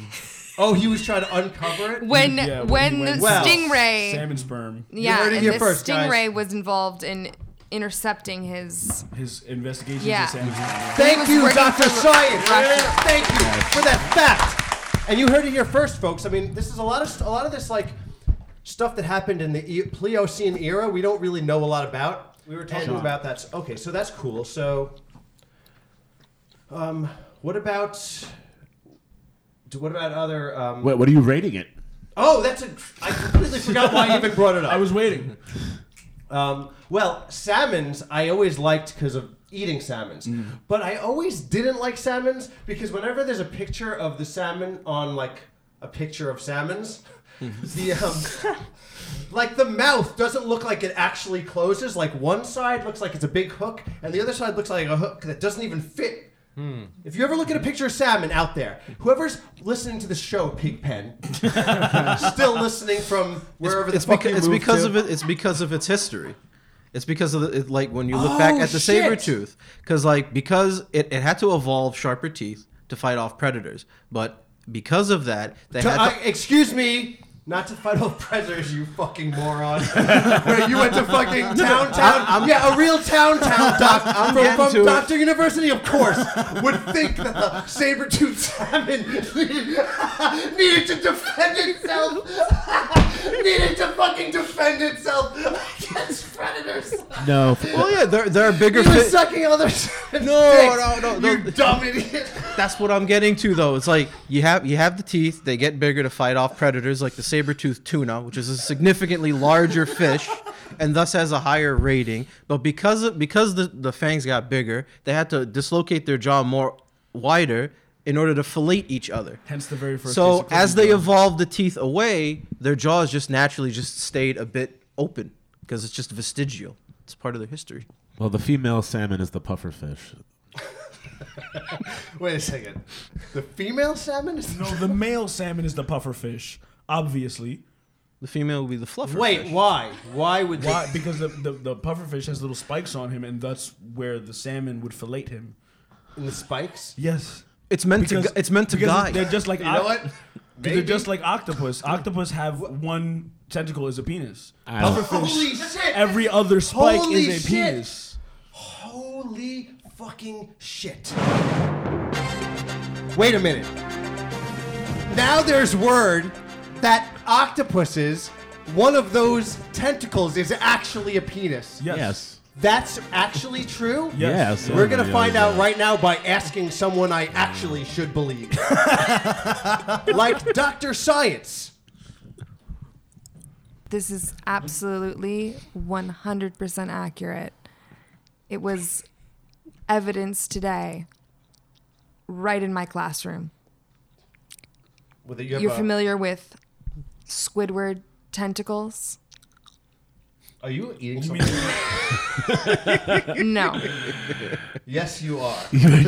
Oh, he was trying to uncover it. when Yeah, when, when he the went- Well, stingray, Salmon sperm. yeah, heard it and here the first, guys. stingray was involved in intercepting his His investigations Yeah. of salmon sperm. Thank was you, working Dr. for Science. Russia. Thank you for that fact. And you heard it here first, folks. I mean, this is a lot of a lot of this like stuff that happened in the e- Pliocene era. We don't really know a lot about. We were talking about that. Okay, so that's cool. So, um, what about? do- What about other? Um, Wait, what are you rating it? oh, that's a. I completely forgot why I even brought it up. I was waiting. Um, well, salmons I always liked because of eating salmons, Mm-hmm. but I always didn't like salmons because whenever there's a picture of the salmon on like a picture of salmons, Mm-hmm. the um, like the mouth doesn't look like it actually closes. Like one side looks like it's a big hook, and the other side looks like a hook that doesn't even fit Hmm. If you ever look at a picture of salmon out there, whoever's listening to the show, Pigpen, still listening from wherever It's, the fuck beca- you it's moved because to. of it. It's because of its history. It's because of the, it, like when you look back at the Oh, shit. saber tooth, because like because it, it had to evolve sharper teeth to fight off predators, but because of that they To- had uh, to, excuse me. Not to fight off predators, you fucking moron. Where you went to fucking town town. yeah, a real town town doc getting from, to from it. Doctor University, of course, would think that the saber tooth salmon needed to defend itself. needed to fucking defend itself against predators. no. Well, yeah, there there are bigger. You were fi- sucking other salmon No, dicks, no, no, no. You dumb idiot. That's what I'm getting to though. It's like you have you have the teeth, they get bigger to fight off predators like the saber-toothed tuna, which is a significantly larger fish and thus has a higher rating. But because of, because the, the fangs got bigger, they had to dislocate their jaw more wider in order to fillet each other. Hence the very first. So piece of as cooking they show. evolved the teeth away, their jaws just naturally just stayed a bit open because it's just vestigial. It's part of their history. Well, the female salmon is the puffer fish. Wait a second. The female salmon is no, the male salmon is the puffer fish, obviously. The female will be the fluffer. Wait, fish. why? Why would Why? Because the, the the puffer fish has little spikes on him, and that's where the salmon would fillet him. in the spikes? Yes. It's meant to Because- gu- it's meant to because guide. They're just like You know what? They're just like octopus. Octopus have one tentacle is a penis. I don't- Holy Pufferfish. shit! Every other spike Holy is a shit. penis. Holy fucking shit. Wait a minute. Now there's word that octopuses, one of those tentacles is actually a penis. Yes. Yes. That's actually true? Yes. Yes. We're gonna find out right now by asking someone I actually should believe. like Dr. Science. This is absolutely 100% accurate. It was evidence today, right in my classroom. Whether you have You're a- familiar with Squidward tentacles? Are you eating something? Uh, No, yes, you are.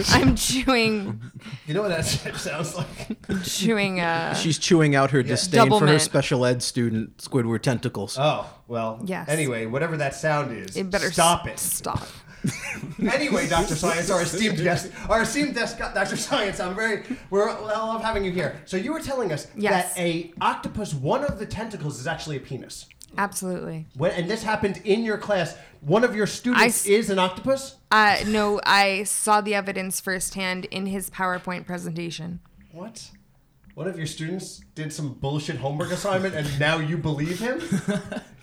I'm chewing You know what that shit sounds like? chewing uh, a She's chewing out her disdain Double for her mint. special ed student, Squidward Tentacles. Oh, well. Yes. Anyway, whatever that sound is, it better stop s- it. Stop. anyway, Dr. Science, our esteemed guest, our esteemed guest, Dr. Science, I'm very, we're, I love having you here. So you were telling us Yes. that a octopus, one of the tentacles is actually a penis. Absolutely. When, and this happened in your class. One of your students I s- is an octopus? Uh, no, I saw the evidence firsthand in his PowerPoint presentation. What? One of your students did some bullshit homework assignment and now you believe him?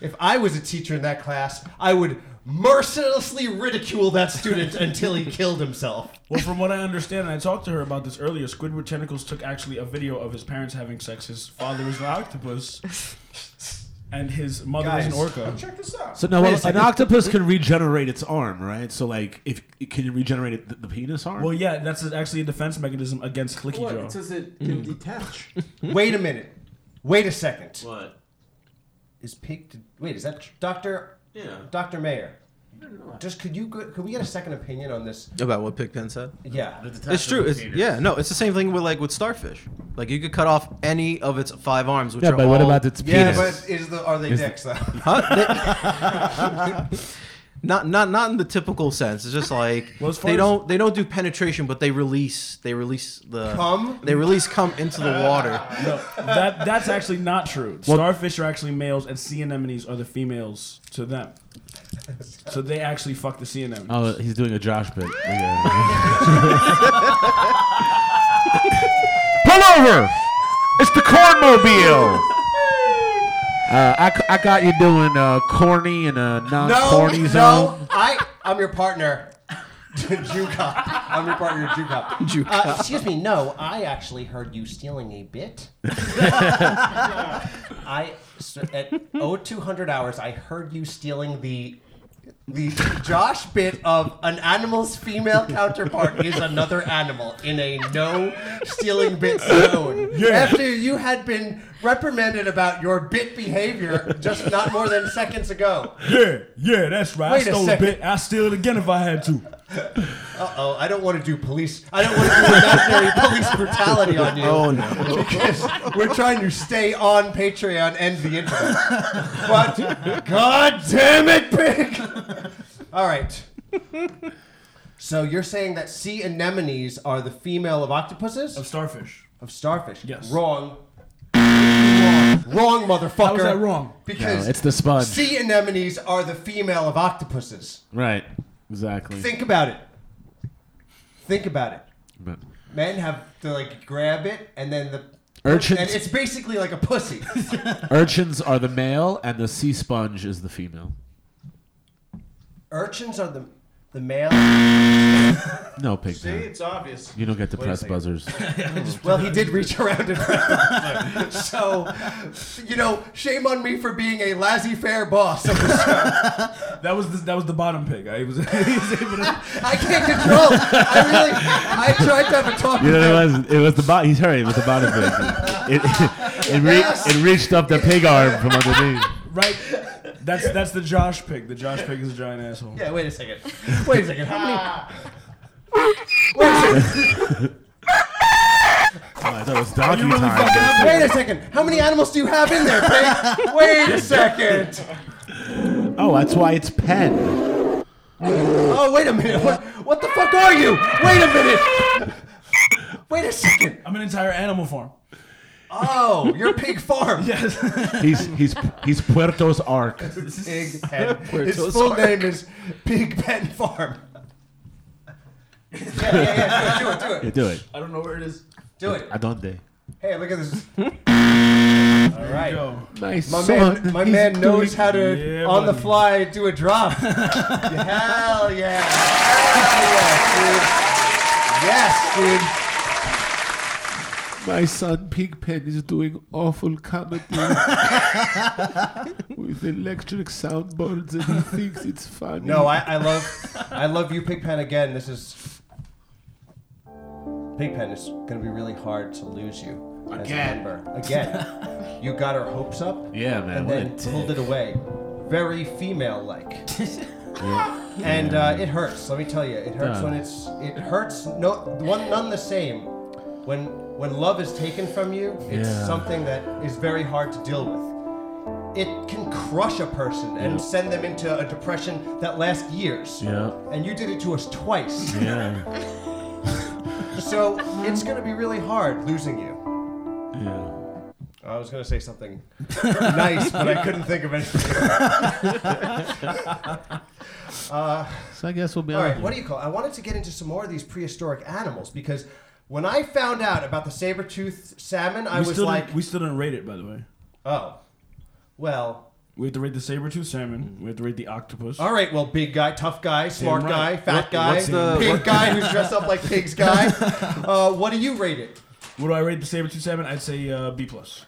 if I was a teacher in that class, I would mercilessly ridicule that student until he killed himself. Well, from what I understand, and I talked to her about this earlier, Squidward Tentacles took actually a video of his parents having sex. His father is an octopus, and his mother is an orca. check this out. So now, Wait a well, an second. octopus can regenerate its arm, right? So, like, if can you regenerate it, the, the penis arm? Well, yeah, that's actually a defense mechanism against clicky jaw. says it can detach. Wait a minute. Wait a second. Is What? pig? Wait, is that Doctor? Yeah. Doctor Mayer. Just could you go- could we get a second opinion on this? About what Pigpen said. Yeah. It's true. It's, yeah, no, it's the same thing with like with starfish. Like you could cut off any of its five arms, which yeah, are but what all- about its Yeah, penis? but is the are they dicks though? Huh? They- not not not in the typical sense. It's just like Well, as far they as- don't they don't do penetration, but they release they release the Cum? They release cum into the water. No, that that's actually not true. Starfish are actually males, and sea anemones are the females to them. So they actually fuck the sea anemones. oh, he's doing a Josh bit. Pull over! It's the cornmobile! Uh, I, c- I got you doing uh, corny and a No, non-corny no. zone. I I'm your partner. Jew cop. I'm your partner, Jew cop. Jew Uh, excuse me. No, I actually heard you stealing a bit. I so at 0200 hours. I heard you stealing the. The Josh bit of an animal's female counterpart is another animal in a no stealing bit zone. After you had been reprimanded about your bit behavior just not more than seconds ago. Yeah, yeah, that's right. Wait a I stole a second. bit. I steal it again if I had to. Uh oh, I don't want to do police. I don't want to do imaginary police brutality on you. Oh no, because we're trying to stay on Patreon and the internet. But God damn it, pig! All right. So you're saying that sea anemones are the female of octopuses? Of starfish. Of starfish. Yes. Wrong. wrong. Wrong, motherfucker. How is that wrong? Because Uh, it's the sponge. sea anemones are the female of octopuses. Right. Hmm. Exactly. Think about it. Think about it. Men have to like grab it and then the and Urchins, it's basically like a pussy. urchins are the male, and the sea sponge is the female. Urchins are the the male. No, pig. See, man. it's obvious. You don't get to Wait a press second. buzzers. Well, he did reach around and so you know, shame on me for being a laissez faire boss. of this show. That was the, that was the bottom pig. I was, he was able to, I can't control. I really, I tried to have a talk. You with know him. what it was? It was the bot. He's hurrying with the bottom pig. It, it, it, Yes. re- it reached up the pig arm from underneath. right. That's that's the Josh pig. The Josh pig is a giant asshole. Yeah, wait a second. Wait a second. How many? I thought it was donkey time. Wait a second. How many animals do you have in there, Pig? Wait a second. Oh, that's why it's pen. Oh, wait a minute. What, what the fuck are you? Wait a minute. Wait a second. I'm an entire animal farm. Oh, you're Pig Farm. He's he's he's Puerto's arc. Pig Pen. His full name is Pig Pen Farm. yeah, yeah, yeah. Do it, do it, do Yeah, it. do it. I don't know where it is. Do it. Adonde. Hey, look at this. All right. Yo, Nice. My man, my man knows how to Yeah, on the buddy. fly do a drop. Hell yeah! Hell yes, dude. Yes, My son Pigpen is doing awful comedy with electric soundboards, and he thinks it's funny. dude. No, I, I love, I love you, Pigpen. Again, this is Pigpen. It's gonna be really hard to lose you as a Again. member. Again, you got her hopes up. Yeah, man, And what a then pulled it away, very female-like. And uh, it hurts. Let me tell you, it hurts when it's it hurts. No one, none the same. When when love is taken from you, it's Yeah. something that is very hard to deal with. It can crush a person and send them into a depression that lasts years. Yeah. And you did it to us twice, Yeah. so it's gonna be really hard losing you. Yeah. I was gonna say something nice, but I couldn't think of anything. So I guess we'll be Uh, All on right, what do you call? I wanted to get into some more of these prehistoric animals because when I found out about the saber-toothed salmon, I we was still like, didn't, we still didn't rate it by the way. oh, well, We have to rate the saber tooth salmon. We have to rate the octopus. all right, well, big guy, tough guy, smart right. guy, fat guy, what's the- pig what- guy who's dressed up like pigs guy. uh, what do you rate it? What do I rate the saber tooth salmon? I'd say uh, B plus.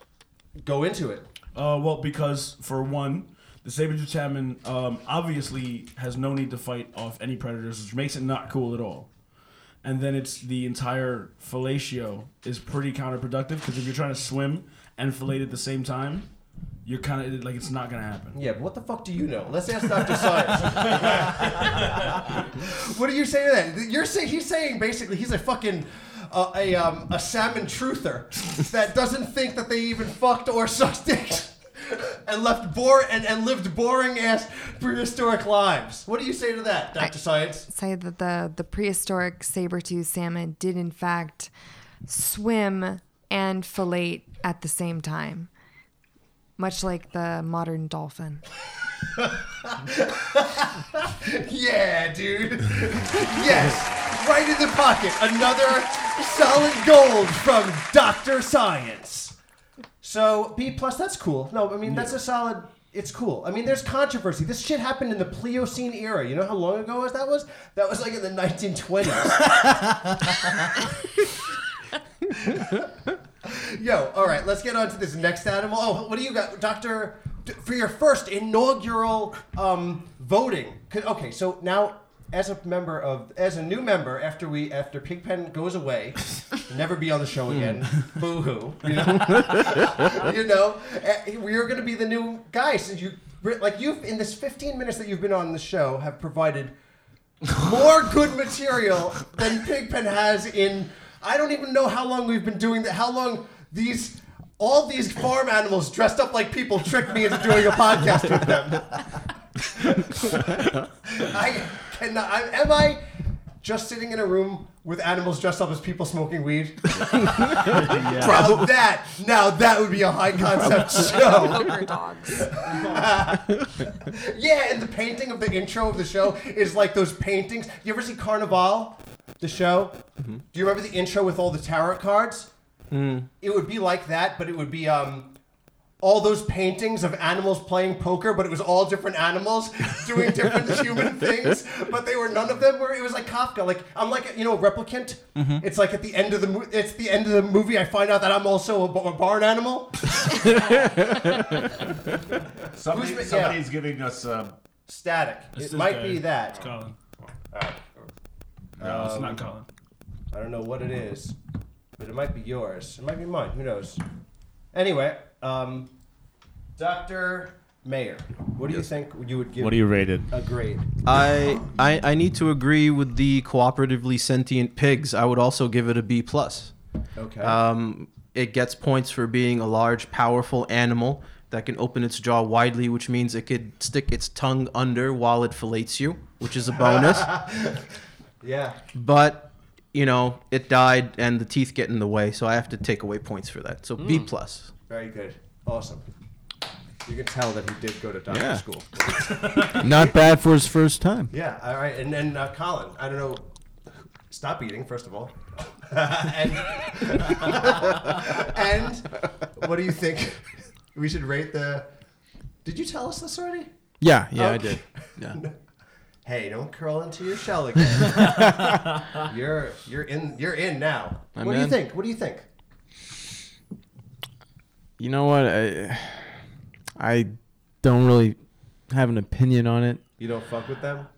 Go into it. Uh, well, because for one, the saber-tooth salmon um, obviously has no need to fight off any predators, which makes it not cool at all. And then it's the entire fellatio is pretty counterproductive because if you're trying to swim and fillet at the same time, you're kind of like it's not gonna happen. Yeah, but what the fuck do you know? Let's ask Dr. Science. what do you say to that? You're saying he's saying basically he's a fucking uh, a um, a salmon truther that doesn't think that they even fucked or sucked dicks. And left bore and, and lived boring ass prehistoric lives. What do you say to that, Doctor Science? say that the, the prehistoric saber-toothed salmon did in fact swim and fillet at the same time much like the modern dolphin Yeah, dude. yes, right in the pocket. Another solid gold from Doctor Science. So B plus, that's cool. No, I mean that's a solid. It's cool. I mean, there's controversy. This shit happened in the Pliocene era. You know how long ago was that was? That was like in the 1920s. Yo, all right, let's get on to this next animal. Oh, what do you got, Doctor? d- For your first inaugural um, voting. Could, okay, so now as a member of, as a new member, after we, after Pigpen goes away, never be on the show again. Boo hoo. You know? you know, eh, we're going to be the new guys. And you, like you've in this 15 minutes that you've been on the show, have provided more good material than Pigpen has in. I don't even know how long we've been doing that. How long these all these farm animals dressed up like people tricked me into doing a podcast with them. I cannot. I, am I just sitting in a room with animals dressed up as people smoking weed? Now that now that would be a high concept show. Poker dogs. Yeah, and the painting of the intro of the show is like those paintings. You ever see Carnival, the show? Do you remember the intro with all the tarot cards? It would be like that, but it would be um, all those paintings of animals playing poker, but it was all different animals doing different human things. But they were none of them were. It was like Kafka. Like I'm like you know a replicant. It's like at the end of the mo- it's the end of the movie. I find out that I'm also a, b- a barn animal. Somebody, Who's- yeah. somebody's giving us. Um, Static. This it is might good. be that. Colin. Uh, No, it's not Colin. I don't know what it is, but it might be yours. It might be mine. Who knows? Anyway, um, Dr. Mayer, what do you think you would give What are you rated? a grade? I, I I need to agree with the cooperatively sentient pigs. I would also give it a B plus. Okay. Um, it gets points for being a large, powerful animal that can open its jaw widely, which means it could stick its tongue under while it fillets you, which is a bonus. yeah. but you know, it died and the teeth get in the way, so I have to take away points for that. So Hmm. B plus. Very good. Awesome. You can tell that he did go to doctor Yeah. school. Not bad for his first time. Yeah. All right. And then uh, Colin, I don't know. Stop eating, first of all. and, and what do you think? We should rate the. Did you tell us this already? Yeah, yeah, Okay. I did. Yeah. Hey, don't curl into your shell again. you're you're in you're in now. I'm what do you in. think? What do you think? You know what? I, I don't really have an opinion on it. You don't fuck with them.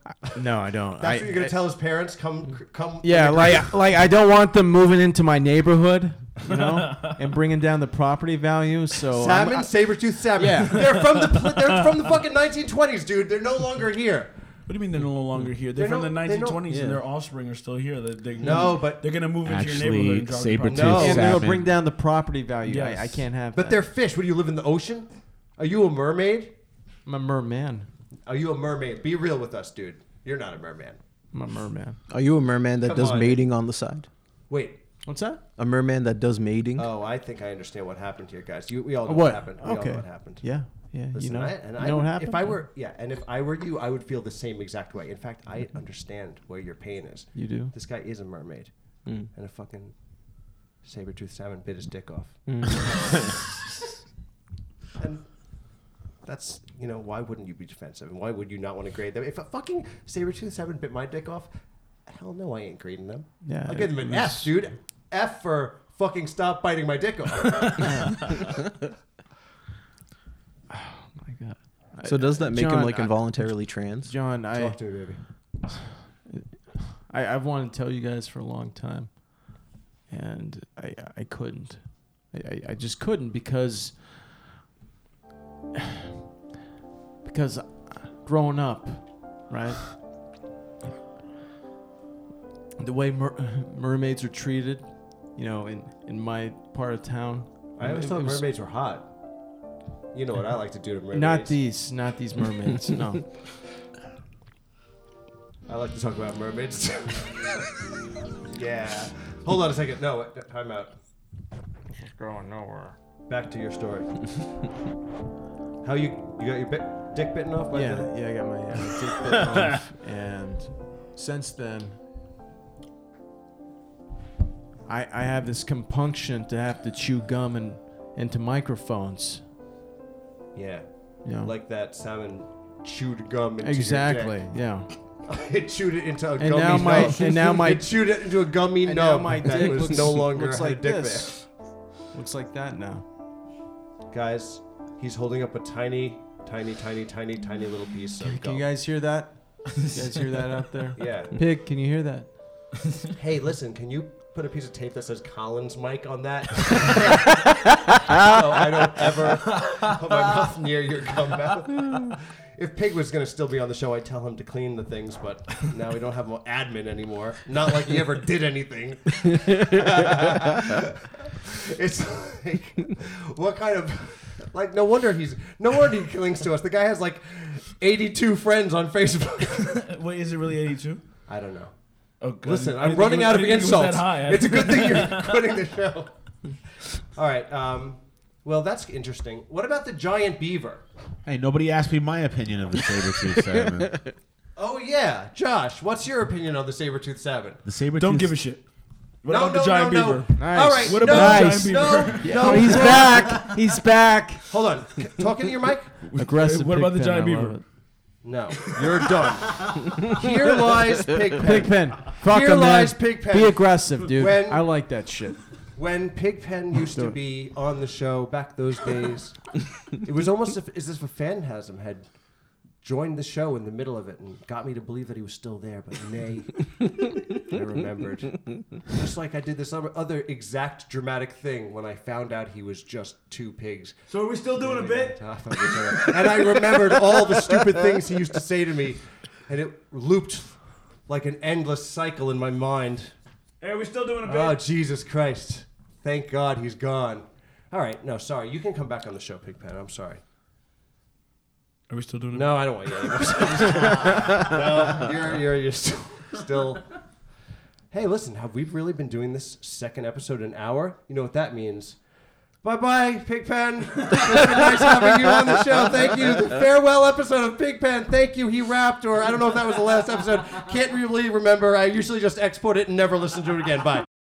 No, I don't. That's I, what you're gonna tell his parents. Come come. Yeah, like like I don't want them moving into my neighborhood, you know, and bringing down the property value. So I'm- salmon, saber tooth salmon. Yeah. they're from the pl- they're from the fucking 1920s, dude. They're no longer here. What do you mean they're no longer here? They're, They're from no- the they're no- 1920s and yeah. their offspring are still here. They, they, No, but- they're gonna move into your Actually, neighborhood. and jog the saber property. No. Oh, and Oh, they'll salmon. bring down the property value. Yes. I, I can't have. But that. they're fish. What do you live in the ocean? Are you a mermaid? I'm a merman. Are you a mermaid? Be real with us, dude. You're not a merman. I'm a merman. Are you a merman that Oh Come does on. mating on the side? Wait. What's that? A merman that does mating? Oh, I think I understand what happened here, guys. You, we all know what, What? happened. We all okay. know what happened. Yeah. Yeah. Listen, you know. I, and you I know would, what happened? If I were, yeah, and if I were you, I would feel the same exact way. In fact, I understand where your pain is. You do? This guy is a mermaid, Mm. and a fucking saber-toothed salmon bit his dick off. Mm. and that's you know why wouldn't you be defensive, and why would you not want to grade them? If a fucking saber-toothed salmon bit my dick off, hell no, I ain't grading them. Yeah, I'll give them an it F, was- dude. F for fucking stop biting my dick off. Oh my God. so does that make him John, like I- involuntarily trans? John, I, Talk to me, baby. I I've wanted to tell you guys for a long time, and I I couldn't, I I, I just couldn't because because growing up, right. The way mer- mermaids are treated, you know, in, in my part of town. I always it- thought it was- mermaids were hot. You know what I like to do to mermaids. Not these, not these mermaids. no, I like to talk about mermaids. yeah. Hold on a second. No, wait, time out. going nowhere. Back to your story. How you you got your bit, dick bitten off by yeah, the yeah, I got my uh, dick bit off, and since then, I I have this compunction to have to chew gum and into microphones. yeah. You know, Like that salmon chewed gum into your dick. exactly, yeah. it chewed it into a And gummy now my- nub. and now my- it chewed it into a gummy And now nub my that dick was looks no longer looks had like a dick this. Looks like that now. there. Guys, he's holding up a tiny, tiny, tiny, tiny, tiny little piece of Can gum. you guys hear that? You guys hear that out there? yeah. Pig, can you hear that? Hey, listen, can you put a piece of tape that says Collins Mike on that. So I don't ever put my mouth near your gum mouth. If Pig was going to still be on the show, I'd tell him to clean the things, but now we don't have an admin anymore. Not like he ever did anything. it's like, what kind of. Like, no wonder he's. No wonder he links to us. The guy has like 82 friends on Facebook. Wait, is it really 82? I don't know. Oh, God. Listen, I I'm didn't running think it out was- of I didn't think it was that insults. high. I It's a good thing didn't- you're quitting the show. All right. Um, well, that's interesting. What about the giant beaver? Hey, nobody asked me my opinion of the Sabretooth Salmon. Oh yeah, Josh. What's your opinion on the saber-tooth salmon? The Sabretooth Don't give a shit. What No, about the no, giant no, no. beaver? Nice. All right, What no, about nice. the giant beaver? No, no, Yeah. he's back. He's back. Hold on. C- Talk into your mic. Aggressive. What about the pig pen, giant I love beaver? it. No, you're done. Here lies Pigpen. Pigpen. Fuck Here him, man. lies Pigpen. Be aggressive, dude. When- I like that shit. When Pigpen used to be on the show back those days, it was almost if, as if a phantasm had joined the show in the middle of it and got me to believe that he was still there, but nay, I remembered. Just like I did this other, other exact dramatic thing when I found out he was just two pigs. So are we still doing a on bit? top of each other. And I remembered all the stupid things he used to say to me, and it looped like an endless cycle in my mind. Hey, are we still doing a bit? Oh, Jesus Christ. Thank God he's gone. All right, no, sorry. You can come back on the show, Pigpen. I'm sorry. Are we still doing a No, I don't want you. anymore. no, you're, you're, you're st- still. Hey, listen, have we really been doing this second episode an hour? You know what that means. Bye bye, Pigpen. it's been nice having you on the show. Thank you. The farewell episode of Pigpen. Thank you. He rapped, or I don't know if that was the last episode. Can't really remember. I usually just export it and never listen to it again. Bye.